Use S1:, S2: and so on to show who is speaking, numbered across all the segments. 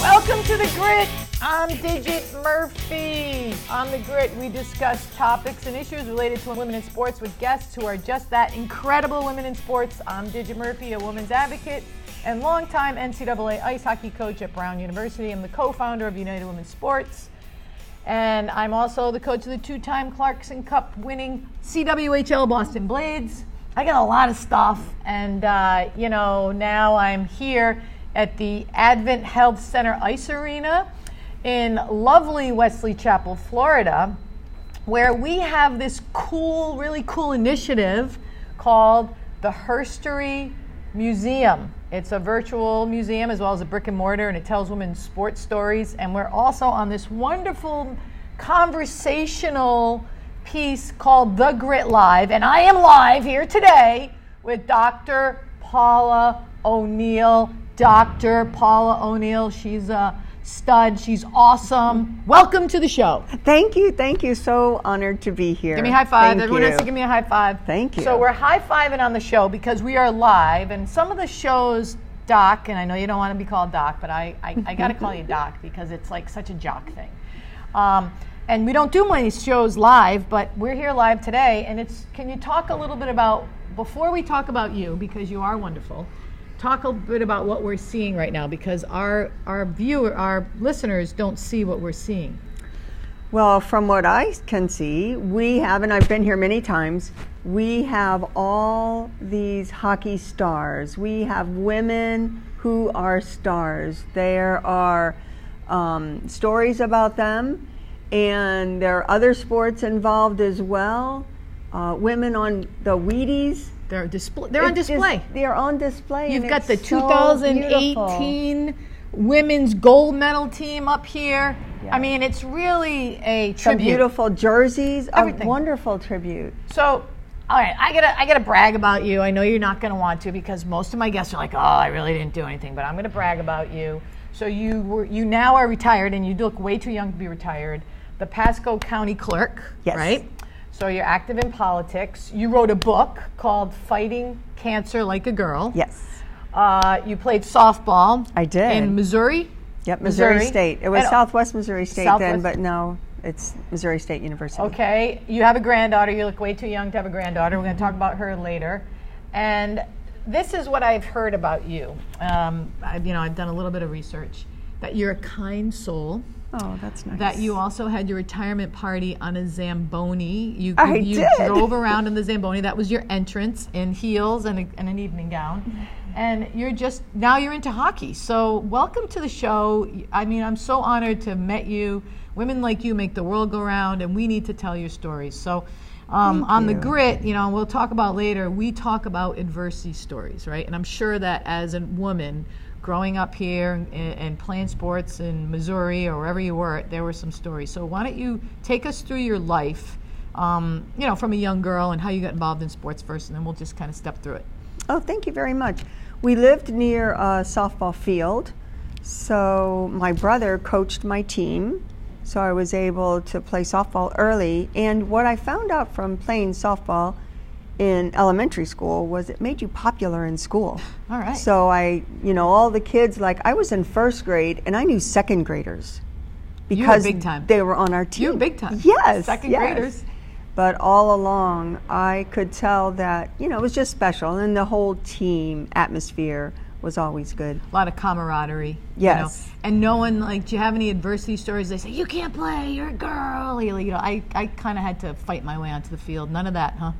S1: Welcome to The Grit. I'm Digit Murphy. On The Grit, we discuss topics and issues related to women in sports with guests who are just that incredible women in sports. I'm Digit Murphy, a women's advocate and longtime NCAA ice hockey coach at Brown University. I'm the co founder of United Women's Sports. And I'm also the coach of the two time Clarkson Cup winning CWHL Boston Blades. I got a lot of stuff. And, uh, you know, now I'm here at the Advent Health Center Ice Arena in lovely Wesley Chapel, Florida, where we have this cool, really cool initiative called the Herstory Museum. It's a virtual museum as well as a brick and mortar, and it tells women sports stories. And we're also on this wonderful conversational piece called The Grit Live. And I am live here today with Dr. Paula O'Neill. Dr. Paula O'Neill, she's a stud, she's awesome. Welcome to the show.
S2: Thank you, thank you. So honored to be here.
S1: Give me a high five.
S2: Thank
S1: Everyone
S2: you.
S1: has to give me a high five.
S2: Thank you.
S1: So we're high fiving on the show because we are live, and some of the shows, Doc, and I know you don't want to be called Doc, but I, I, I got to call you Doc because it's like such a jock thing. Um, and we don't do many shows live, but we're here live today, and it's can you talk a little bit about before we talk about you because you are wonderful. Talk a bit about what we're seeing right now because our our viewer our listeners don't see what we're seeing.
S2: Well, from what I can see, we have, and I've been here many times, we have all these hockey stars. We have women who are stars. There are um, stories about them, and there are other sports involved as well. Uh, women on the Wheaties.
S1: They're display. They're on
S2: It's just-
S1: display.
S2: they're on display.
S1: You've
S2: and
S1: got
S2: it's
S1: the
S2: so beautiful.
S1: 2018 women's gold medal team up here. I
S2: Yeah.
S1: mean, it's really a
S2: Some
S1: tribute.
S2: beautiful jerseys, a
S1: Everything.
S2: wonderful tribute.
S1: So, all right, I gotta, I gotta brag about you. I know you're not gonna want to because most of my guests are like, "Oh, I really didn't do anything," but I'm gonna brag about you. So you were, you now are retired, and you look way too young to be retired. The Pasco County Clerk,
S2: Yes.
S1: right? So you're active in politics. You wrote a book called "Fighting Cancer Like a Girl."
S2: Yes.
S1: Uh, you played softball.
S2: I did.
S1: In Missouri?
S2: Yep, Missouri,
S1: Missouri.
S2: State. It was
S1: And-
S2: Southwest Missouri State
S1: Southwest-
S2: then, but now it's Missouri State University.
S1: Okay. You have a granddaughter. You look way too young to have a granddaughter. We're going to talk about her later. And this is what I've heard about you. Um, I've, you know, I've done a little bit of research that you're a kind soul.
S2: Oh, that's nice.
S1: That you also had your retirement party on a Zamboni. You,
S2: I
S1: you
S2: did.
S1: drove around in the Zamboni. That was your entrance in heels and, a, and an evening gown. And you're just now you're into hockey. So welcome to the show. I mean, I'm so honored to have met you. Women like you make the world go round, and we need to tell your stories. So um, on the grit, you know, and we'll talk about later. We talk about adversity stories, right? And I'm sure that as a woman growing up here and, and playing sports in Missouri or wherever you were, there were some stories. So why don't you take us through your life, um, you know, from a young girl and how you got involved in sports first, and then we'll just kind of step through it.
S2: Oh, thank you very much. We lived near a softball field, so my brother coached my team, so I was able to play softball early. And what I found out from playing softball in elementary school was it made you popular in school.
S1: All right.
S2: So I, you know, all the kids, like I was in first grade and I knew second graders
S1: were
S2: because
S1: big time.
S2: they were on our team.
S1: You're big time.
S2: Yes.
S1: Second
S2: yes.
S1: graders.
S2: But all along, I could tell that, you know, it was just special. And the whole team atmosphere was always good.
S1: A lot of camaraderie.
S2: Yes.
S1: You know? And no one, like, do you have any adversity stories? They say, you can't play, you're a girl. You know, I, I kind of had to fight my way onto the field. None of that, huh?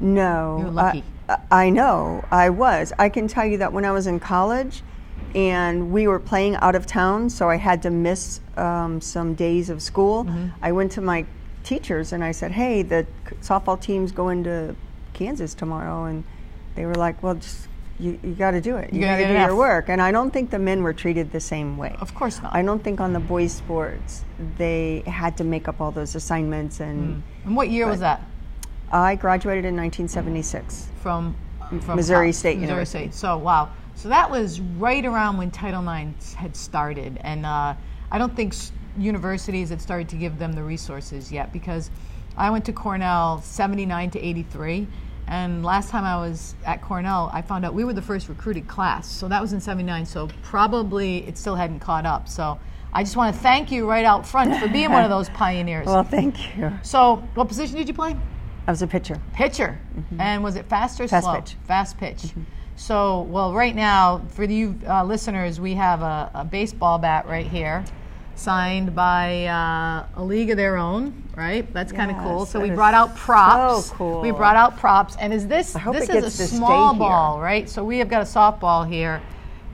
S2: No.
S1: You're lucky.
S2: I, I know. I was. I can tell you that when I was in college and we were playing out of town, so I had to miss um, some days of school,
S1: Mm-hmm.
S2: I went to my teachers and I said, hey, the c- softball team's going to Kansas tomorrow. And they were like, well, just. You, you got to do it. You
S1: gotta
S2: got to
S1: get
S2: do
S1: an
S2: your
S1: F.
S2: work. And I don't think the men were treated the same way.
S1: Of course not.
S2: I don't think on the boys' sports they had to make up all those assignments. And
S1: and what year was that?
S2: I graduated in 1976.
S1: From, from
S2: Missouri
S1: Cal-
S2: State
S1: Missouri
S2: University.
S1: State. So, wow. So that was right around when Title IX had started. And uh, I don't think s- universities had started to give them the resources yet because I went to Cornell 79 to 83. And last time I was at Cornell, I found out we were the first recruited class. So that was in 79. So probably it still hadn't caught up. So I just want to thank you right out front for being one of those pioneers.
S2: Well, thank you.
S1: so, what position did you play?
S2: I was a pitcher.
S1: Pitcher. And was it fast or
S2: Mm-hmm. Fast
S1: slow?
S2: pitch. Mm-hmm.
S1: Fast pitch. So, well, right now, for you uh, listeners, we have a, a baseball bat right here. Signed by uh, a league of their own, right? That's kind of cool.
S2: Yes,
S1: So
S2: that
S1: we
S2: is
S1: brought out props.
S2: so cool.
S1: We brought out props, and is this
S2: hope
S1: this
S2: it
S1: is
S2: gets
S1: a
S2: to stay
S1: small
S2: here.
S1: ball, right? So we have got a softball here,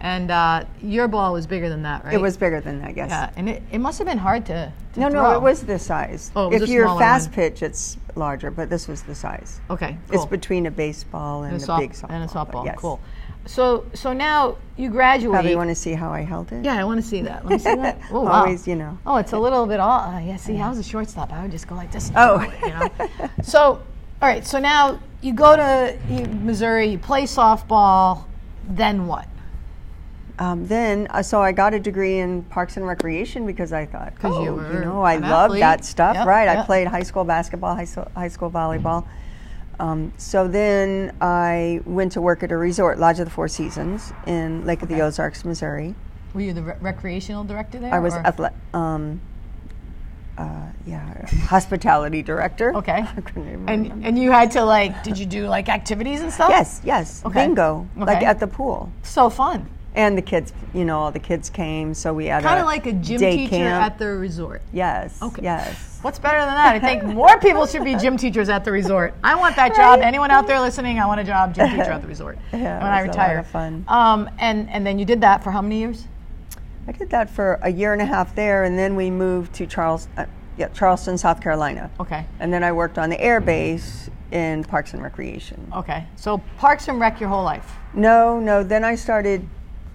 S1: and uh, your ball was bigger than that, right?
S2: It was bigger than that, yes.
S1: Yeah, and it, it must have been hard to. to
S2: No, no,
S1: throw.
S2: it was this size.
S1: Oh, it was
S2: if
S1: a
S2: you're
S1: smaller
S2: fast
S1: one.
S2: pitch, it's larger, but this was the size.
S1: Okay, cool.
S2: It's between a baseball and,
S1: And
S2: a,
S1: soft-
S2: big softball.
S1: and a
S2: but
S1: softball.
S2: yes.
S1: Cool. So so now you graduate.
S2: Probably want to see how I held it.
S1: yeah, I want to see that. Let me see that. Oh, wow.
S2: Always, you know.
S1: Oh, it's a little bit off. Uh, yeah, see, I was a shortstop. I would just go like this. and
S2: Oh.
S1: throw it, you know? so, all right. So now you go to you, Missouri. You play softball. Then what?
S2: Um, then, uh, so I got a degree in Parks and Recreation because I thought,
S1: 'Cause
S2: oh,
S1: you
S2: you,
S1: were
S2: know, I
S1: an
S2: love
S1: athlete.
S2: that stuff,
S1: Yep,
S2: right? I
S1: yep.
S2: played high school basketball, high, so- high school volleyball. Um, so then I went to work at a resort, Lodge of the Four Seasons, in Lake of the Ozarks, Missouri.
S1: Were you the re- recreational director there?
S2: I was
S1: or-
S2: athle- um, uh, yeah, hospitality director.
S1: Okay.
S2: I couldn't even remember.
S1: And and you had to like, did you do like activities and stuff?
S2: yes, yes,
S1: Okay.
S2: bingo, like
S1: Okay.
S2: at the pool.
S1: So fun.
S2: And the kids, you know, all the kids came, so we had
S1: Kind
S2: a
S1: of like a gym
S2: day
S1: teacher
S2: camp.
S1: at the resort.
S2: Yes.
S1: Okay.
S2: Yes.
S1: What's better than that? I think more people should be gym teachers at the resort. I want that job. Anyone out there listening, I want a job gym teacher at the resort
S2: Yeah, it
S1: when I
S2: was a lot
S1: retire.
S2: of fun.
S1: Um, and and then you did that for how many years?
S2: I did that for a year and a half there, and then we moved to Charles, uh, yeah, Charleston, South Carolina.
S1: Okay.
S2: And then I worked on the air base in Parks and Recreation.
S1: Okay. So Parks and Rec your whole life.
S2: No, no. Then I started.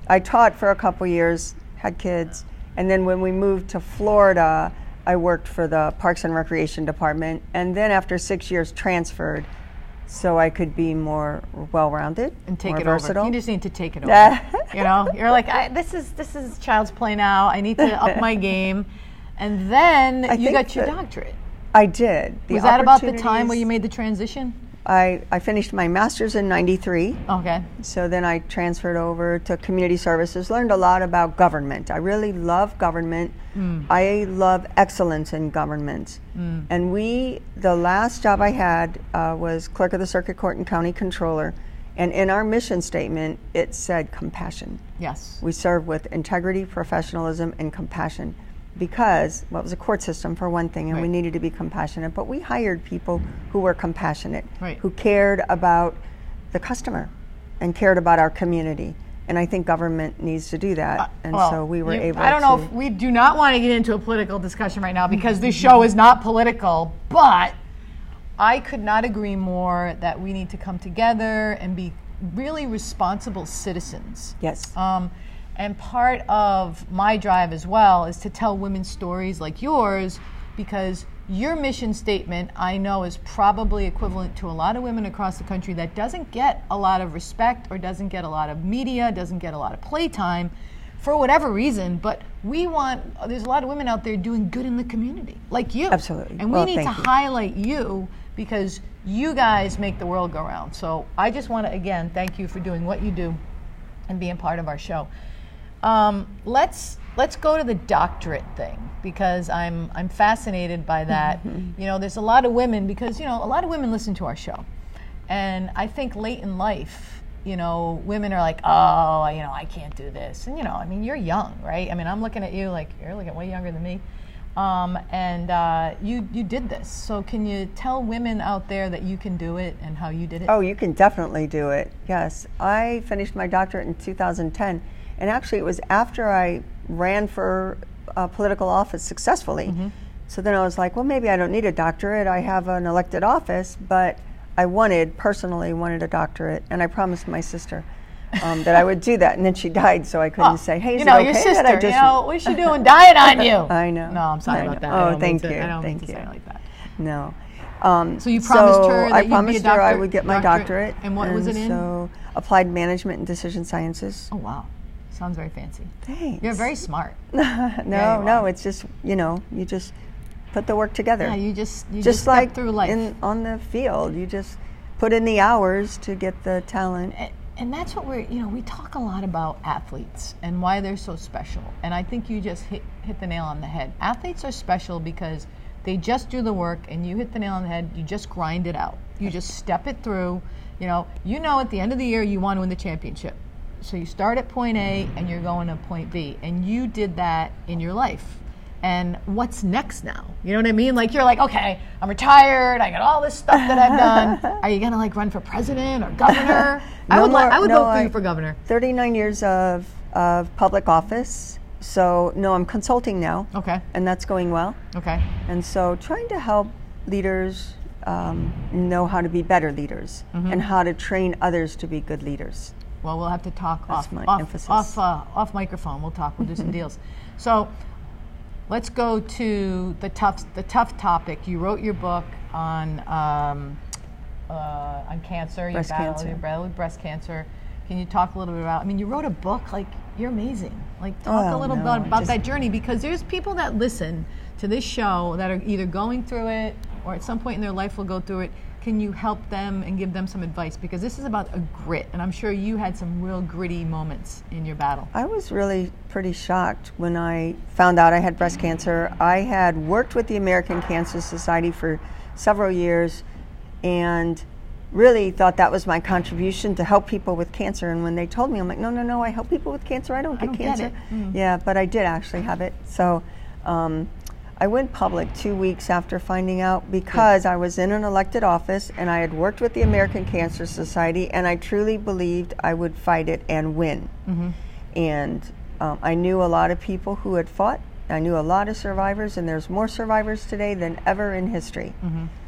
S2: I taught for a couple years, had kids, and then when we moved to Florida, I worked for the Parks and Recreation Department, and then after six years, transferred, so I could be more well-rounded
S1: And take
S2: more
S1: it
S2: versatile.
S1: over. You just need to take it over.
S2: Yeah.
S1: you know, you're like, I, this is this is child's play now. I need to up my game. And then you
S2: think
S1: got your
S2: that-
S1: doctorate.
S2: I did. The
S1: Was that about the time where you
S2: opportunities-
S1: made the transition?
S2: I, I finished my master's in '93.
S1: Okay.
S2: So then I transferred over to community services, learned a lot about government. I really love government. I love excellence in government. And we, the last job I had uh, was clerk of the circuit court and county controller. And in our mission statement, it said compassion.
S1: Yes.
S2: We serve with integrity, professionalism, and compassion because well, it was a court system for one thing, and we
S1: Right.
S2: needed to be compassionate. But we hired people who were compassionate,
S1: Right.
S2: who cared about the customer and cared about our community. And I think government needs to do that. and
S1: Uh, Well,
S2: so we were
S1: you-
S2: able.
S1: I don't
S2: to,
S1: know if we do not want to get into a political discussion right now because this show is not political, but I could not agree more that we need to come together and be really responsible citizens.
S2: Yes.
S1: Um, and part of my drive as well is to tell women's stories like yours because your mission statement, I know, is probably equivalent to a lot of women across the country that doesn't get a lot of respect or doesn't get a lot of media, doesn't get a lot of playtime for whatever reason. But we want, there's a lot of women out there doing good in the community, like you.
S2: Absolutely.
S1: And we
S2: Well,
S1: need to
S2: thank you.
S1: highlight you because you guys make the world go round. So I just want to again thank you for doing what you do and being part of our show. Um, let's let's go to the doctorate thing because I'm I'm fascinated by that. You know, there's a lot of women because you know a lot of women listen to our show, and I think late in life. You know, women are like, oh, you know, I can't do this. And, you know, I mean, you're young, right? I mean, I'm looking at you like, you're looking way younger than me um, and uh, you you did this. So can you tell women out there that you can do it and how you did it?
S2: Oh, you can definitely do it. Yes. I finished my doctorate in 2010. And actually, it was after I ran for uh, political office successfully.
S1: Mm-hmm.
S2: So then I was like, well, maybe I don't need a doctorate. I have an elected office, but I wanted, personally, wanted a doctorate. And I promised my sister um, that I would do that. And then she died, so I couldn't say, hey, is
S1: Oh, you know,
S2: it okay
S1: your
S2: that
S1: sister.
S2: I just
S1: you know, what is she doing? Diet on you.
S2: I know.
S1: No, I'm sorry
S2: I
S1: about
S2: know.
S1: that.
S2: Oh,
S1: I don't mean
S2: thank
S1: to-
S2: you.
S1: I don't mean
S2: Thank
S1: to say
S2: you.
S1: it like that.
S2: No. Um,
S1: So you promised
S2: so
S1: her that
S2: I
S1: you'd be a
S2: promised her I
S1: doctor-
S2: would get my
S1: doctorate.
S2: doctorate.
S1: And what was it in?
S2: So applied management and decision sciences.
S1: Oh wow, sounds very fancy.
S2: Thanks.
S1: You're very smart.
S2: no,
S1: Yeah, you
S2: no.
S1: are.
S2: It's just you know you just put the work together.
S1: Yeah, you just you
S2: just
S1: step
S2: like
S1: through life.
S2: in on the field, you just put in the hours to get the talent.
S1: And, and that's what we're, you know, we talk a lot about athletes and why they're so special. And I think you just hit, hit the nail on the head. Athletes are special because they just do the work and you hit the nail on the head. You just grind it out. You just step it through. You know, you know at the end of the year you want to win the championship. So you start at point A and you're going to point B. And you did that in your life and what's next now? You know what I mean? Like you're like, okay, I'm retired. I got all this stuff that I've done. Are you gonna like run for president or governor? I
S2: No
S1: would, li-
S2: more-
S1: I would
S2: no,
S1: vote for
S2: I-
S1: you for governor.
S2: 39 years of, of public office. So, no, I'm consulting now,
S1: Okay,
S2: and that's going well.
S1: okay,
S2: And so, trying to help leaders um, know how to be better leaders
S1: Mm-hmm.
S2: and how to train others to be good leaders.
S1: Well, we'll have to talk off
S2: my
S1: off
S2: emphasis.
S1: off, uh, off microphone. We'll talk. We'll do some deals. So, let's go to the tough the tough topic. You wrote your book on um, uh, on cancer. You
S2: Breast
S1: battled,
S2: cancer.
S1: You battled with breast cancer. Can you talk a little bit about? I mean, you wrote a book. Like you're amazing. Like talk a
S2: Oh,
S1: little
S2: no,
S1: bit
S2: I
S1: about
S2: just-
S1: that journey because there's people that listen to this show that are either going through it or at some point in their life will go through it. Can you help them and give them some advice? Because this is about a grit, and I'm sure you had some real gritty moments in your battle.
S2: I was really pretty shocked when I found out I had breast cancer. I had worked with the American Cancer Society for several years and really thought that was my contribution to help people with cancer. And when they told me, I'm like, no, no, no, I help people with cancer. I don't get
S1: don't get
S2: cancer.
S1: it.
S2: Yeah, but I did actually have it. So um, I went public two weeks after finding out
S1: Mm.
S2: because I was in an elected office and I had worked with the American Cancer Society and I truly believed I would fight it and win.
S1: Mm-hmm.
S2: And um, I knew a lot of people who had fought. I knew a lot of survivors, and there's more survivors today than ever in history.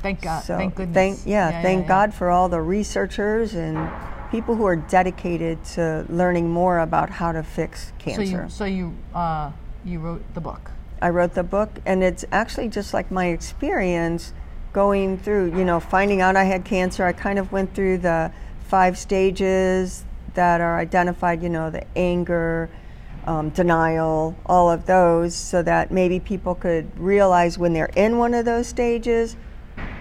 S1: Thank Mm-hmm. God.
S2: So
S1: thank goodness.
S2: yeah, thank
S1: yeah.
S2: God for all the researchers and people who are dedicated to learning more about how to fix
S1: So
S2: cancer.
S1: you, so you, uh, you wrote the book.
S2: I wrote the book, and it's actually just like my experience going through, you know, finding out I had cancer. I kind of went through the five stages that are identified, you know, the anger, um, denial, all of those, so that maybe people could realize when they're in one of those stages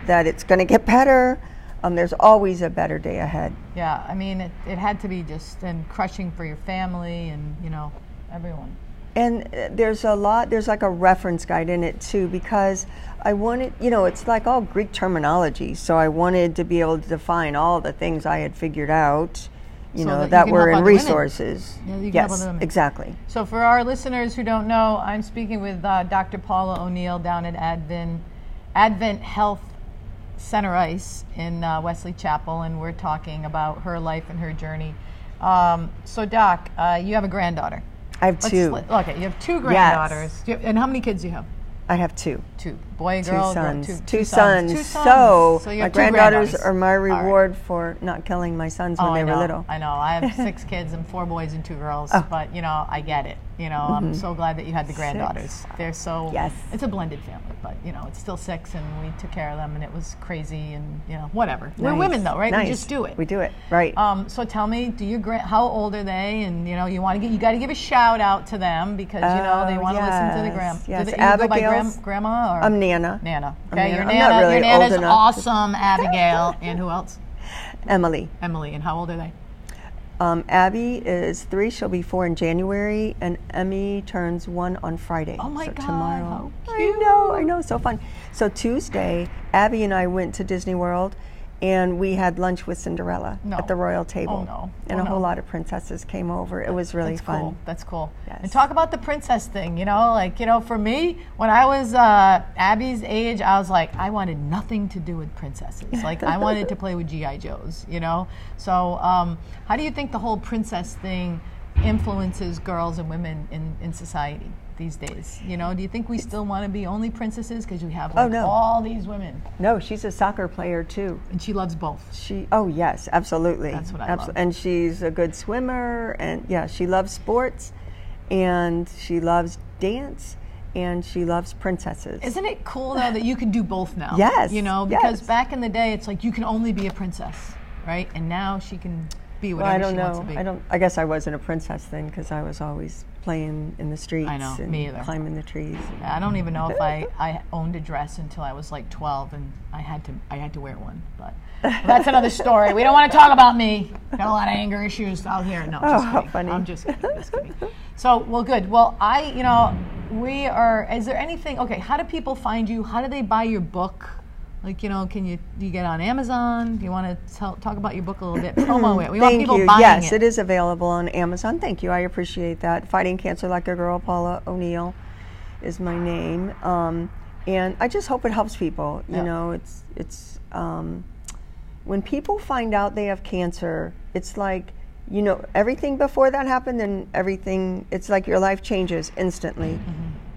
S2: that it's going to get better. Um, there's always a better day ahead.
S1: Yeah, I mean, it, it had to be just and crushing for your family and you know everyone.
S2: And uh, there's a lot, there's like a reference guide in it too, because I wanted, you know, it's like all Greek terminology. So I wanted to be able to define all the things I had figured out, you
S1: So
S2: know,
S1: that you
S2: that,
S1: can
S2: were
S1: help
S2: in
S1: other women.
S2: resources.
S1: Yeah, you can help
S2: yes,
S1: other women.
S2: exactly.
S1: So for our listeners who don't know, I'm speaking with uh, Dr. Paula O'Neill down at Advent Advent Health Center Ice in uh, Wesley Chapel, and we're talking about her life and her journey. Um, so, Doc, uh, you have a granddaughter.
S2: I have
S1: Let's-
S2: two.
S1: let- okay, you have two granddaughters. Do you- and how many kids do you have?
S2: I have two.
S1: Two. Boy,
S2: Two
S1: girl, girl,
S2: sons.
S1: two,
S2: two,
S1: two
S2: sons.
S1: Two sons.
S2: So,
S1: you
S2: my
S1: have two
S2: granddaughters, are my
S1: All right.
S2: reward for not killing my sons when
S1: Oh,
S2: they
S1: I
S2: were
S1: know,
S2: little. Oh.
S1: I know. I have six kids and four boys and two girls, but you know, I get it. You know, I'm so glad that you had the granddaughters. They're so
S2: Mm-hmm. Yes.
S1: It's a blended family, but you know, it's still six, and we took care of them, and it was crazy, and you know, whatever. We're
S2: Nice.
S1: women, though, right?
S2: Nice.
S1: We just do it.
S2: We do it. Right.
S1: Um, so tell me, do your grand? How old are they? And you know, you want to get you got to give a shout out to them because you know they
S2: Oh,
S1: want to listen to the gram.
S2: yes,
S1: do
S2: yes.
S1: they- you go by gram,
S2: Abigail's-
S1: grandma or
S2: I'm Nana.
S1: Nana?
S2: I'm
S1: Okay,
S2: Nana.
S1: your
S2: I'm not
S1: Nana, your
S2: really
S1: Nana's
S2: old enough to-
S1: awesome, Abigail, and who else?
S2: Emily.
S1: Emily. And how old are they?
S2: Um, Abby is three. She'll be four in January, and Emmy turns one on Friday.
S1: Oh my
S2: so
S1: God,
S2: Tomorrow.
S1: how
S2: I know. I know. So fun. So Tuesday, Abby and I went to Disney World, and we had lunch with Cinderella
S1: No.
S2: at the royal table.
S1: Oh, no.
S2: And
S1: Oh,
S2: a whole
S1: no.
S2: lot of princesses came over. It was really
S1: That's
S2: fun.
S1: cool. That's cool. And
S2: Yes.
S1: talk about the princess thing. You know, like you know, for me, when I was uh, Abby's age, I was like, I wanted nothing to do with princesses. Like I wanted to play with GI Joes. You know. So, um, how do you think the whole princess thing influences girls and women in, in society these days? You know, do you think we still want to be only princesses because we have like,
S2: Oh, no.
S1: all these women,
S2: No, she's a soccer player too.
S1: and she loves both.
S2: She. Oh yes, absolutely.
S1: That's what I love.
S2: And she's a good swimmer, and yeah, she loves sports, and she loves dance, and she loves princesses.
S1: Isn't it cool though that you can do both now?
S2: Yes,
S1: You know, because
S2: yes.
S1: back in the day, it's like you can only be a princess, right? And now she can be whatever
S2: Well, I don't
S1: she wants
S2: know.
S1: to be.
S2: I don't. I guess I wasn't a princess then because I was always playing in the streets
S1: know,
S2: and
S1: me either.
S2: climbing the trees.
S1: I don't even know if I, I owned a dress until I was like 12, and I had to I had to wear one. But That's another story. We don't want to talk about me. Got a lot of anger issues out here. No, just
S2: Oh,
S1: kidding.
S2: funny.
S1: I'm just kidding. Just kidding. So, well, good. Well, I, you know, we are. Is there anything? Okay, how do people find you? How do they buy your book? Like, you know, can you do you get on Amazon? Do you want to tell, talk about your book a little bit? Promo it. We want
S2: Thank
S1: people
S2: you.
S1: buying
S2: yes,
S1: it.
S2: it is available on Amazon. Thank you. I appreciate that. Fighting Cancer Like a Girl, Paula O'Neill is my name. Um, and I just hope it helps people. You
S1: Yeah.
S2: know, it's it's um, when people find out they have cancer, it's like you know everything before that happened and everything. It's like your life changes instantly,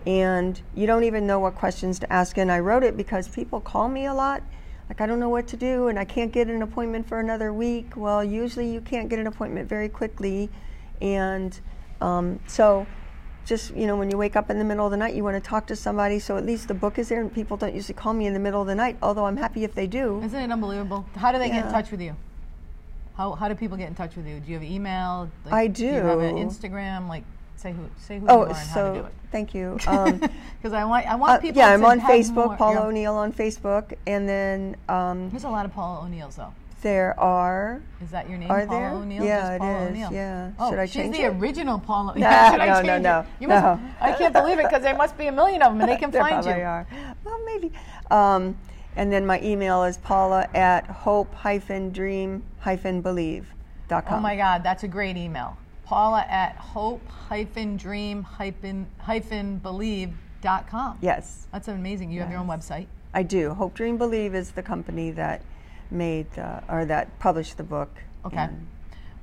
S2: and you don't even know what questions to ask. And I wrote it because people call me a lot, like I don't know what to do and I can't get an appointment for another week. Well, usually you can't get an appointment very quickly, and um, so just you know when you wake up in the middle of the night you want to talk to somebody so at least the book is there and people don't usually call me in the middle of the night although i'm happy if they do
S1: Isn't it unbelievable? How do they get in
S2: Yeah.
S1: touch with you? How, how do people get in touch with you? Do you have email? Like,
S2: I
S1: Do you have an
S2: do.
S1: Instagram? Like, say who say who you
S2: oh
S1: are and how to do
S2: so
S1: it.
S2: thank you um,
S1: Because I want I
S2: uh,
S1: want people.
S2: yeah
S1: to
S2: i'm on
S1: have
S2: facebook
S1: more-
S2: paula
S1: yeah.
S2: o'neill on facebook and then um,
S1: There's a lot of Paula O'Neills though.
S2: there are
S1: Is that your name?
S2: Are
S1: Paula
S2: there?
S1: O'Neill?
S2: Yeah,
S1: Just
S2: it
S1: Paula
S2: is.
S1: O'Neill.
S2: Yeah.
S1: Oh,
S2: Should I
S1: she's
S2: change
S1: the
S2: it?
S1: original Paula. Should
S2: Nah,
S1: I
S2: no,
S1: change
S2: no,
S1: it?
S2: no,
S1: You must,
S2: no.
S1: I can't believe it because there must be a million of them and they can
S2: there
S1: find you.
S2: probably are well maybe um, and then my email is paula at hope hyphen dream hyphen believe dot
S1: Oh
S2: com
S1: my God, that's a great email. Paula at hope hyphen dream hyphen hyphen believe dot com.
S2: yes
S1: That's amazing. You have your own website.
S2: I do. Hope Dream Believe is the company that made the, or that published the book.
S1: Okay.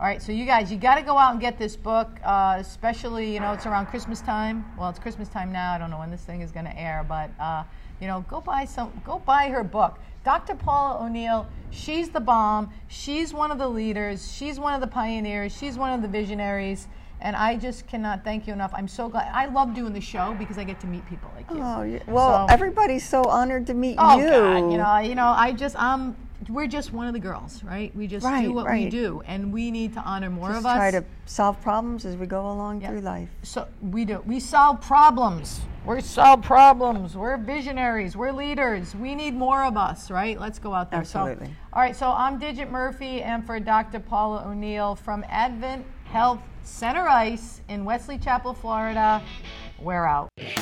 S1: All right, so you guys, you got to go out and get this book, uh, especially, you know, it's around Christmas time. Well, it's Christmas time now. I don't know when this thing is going to air, but, uh, you know, go buy some, go buy her book. Dr. Paula O'Neill, she's the bomb. She's one of the leaders. She's one of the pioneers. She's one of the visionaries. And I just cannot thank you enough. I'm so glad. I love doing the show because I get to meet people like you.
S2: Oh you- well,
S1: So-
S2: everybody's so honored to meet
S1: Oh
S2: you.
S1: God, you know, I- you know, I just um, we're just one of the girls, right? We just
S2: Right,
S1: do what we
S2: right.
S1: do, and we need to honor more
S2: Just
S1: of us.
S2: try to solve problems as we go along through life.
S1: so we do. We solve problems. We solve problems. We're visionaries. We're leaders. We need more of us, right? Let's go out there. So,
S2: Absolutely.
S1: all right. So I'm Digit Murphy, and for Dr. Paula O'Neill from Advent Health Center Ice in Wesley Chapel, Florida, we're out.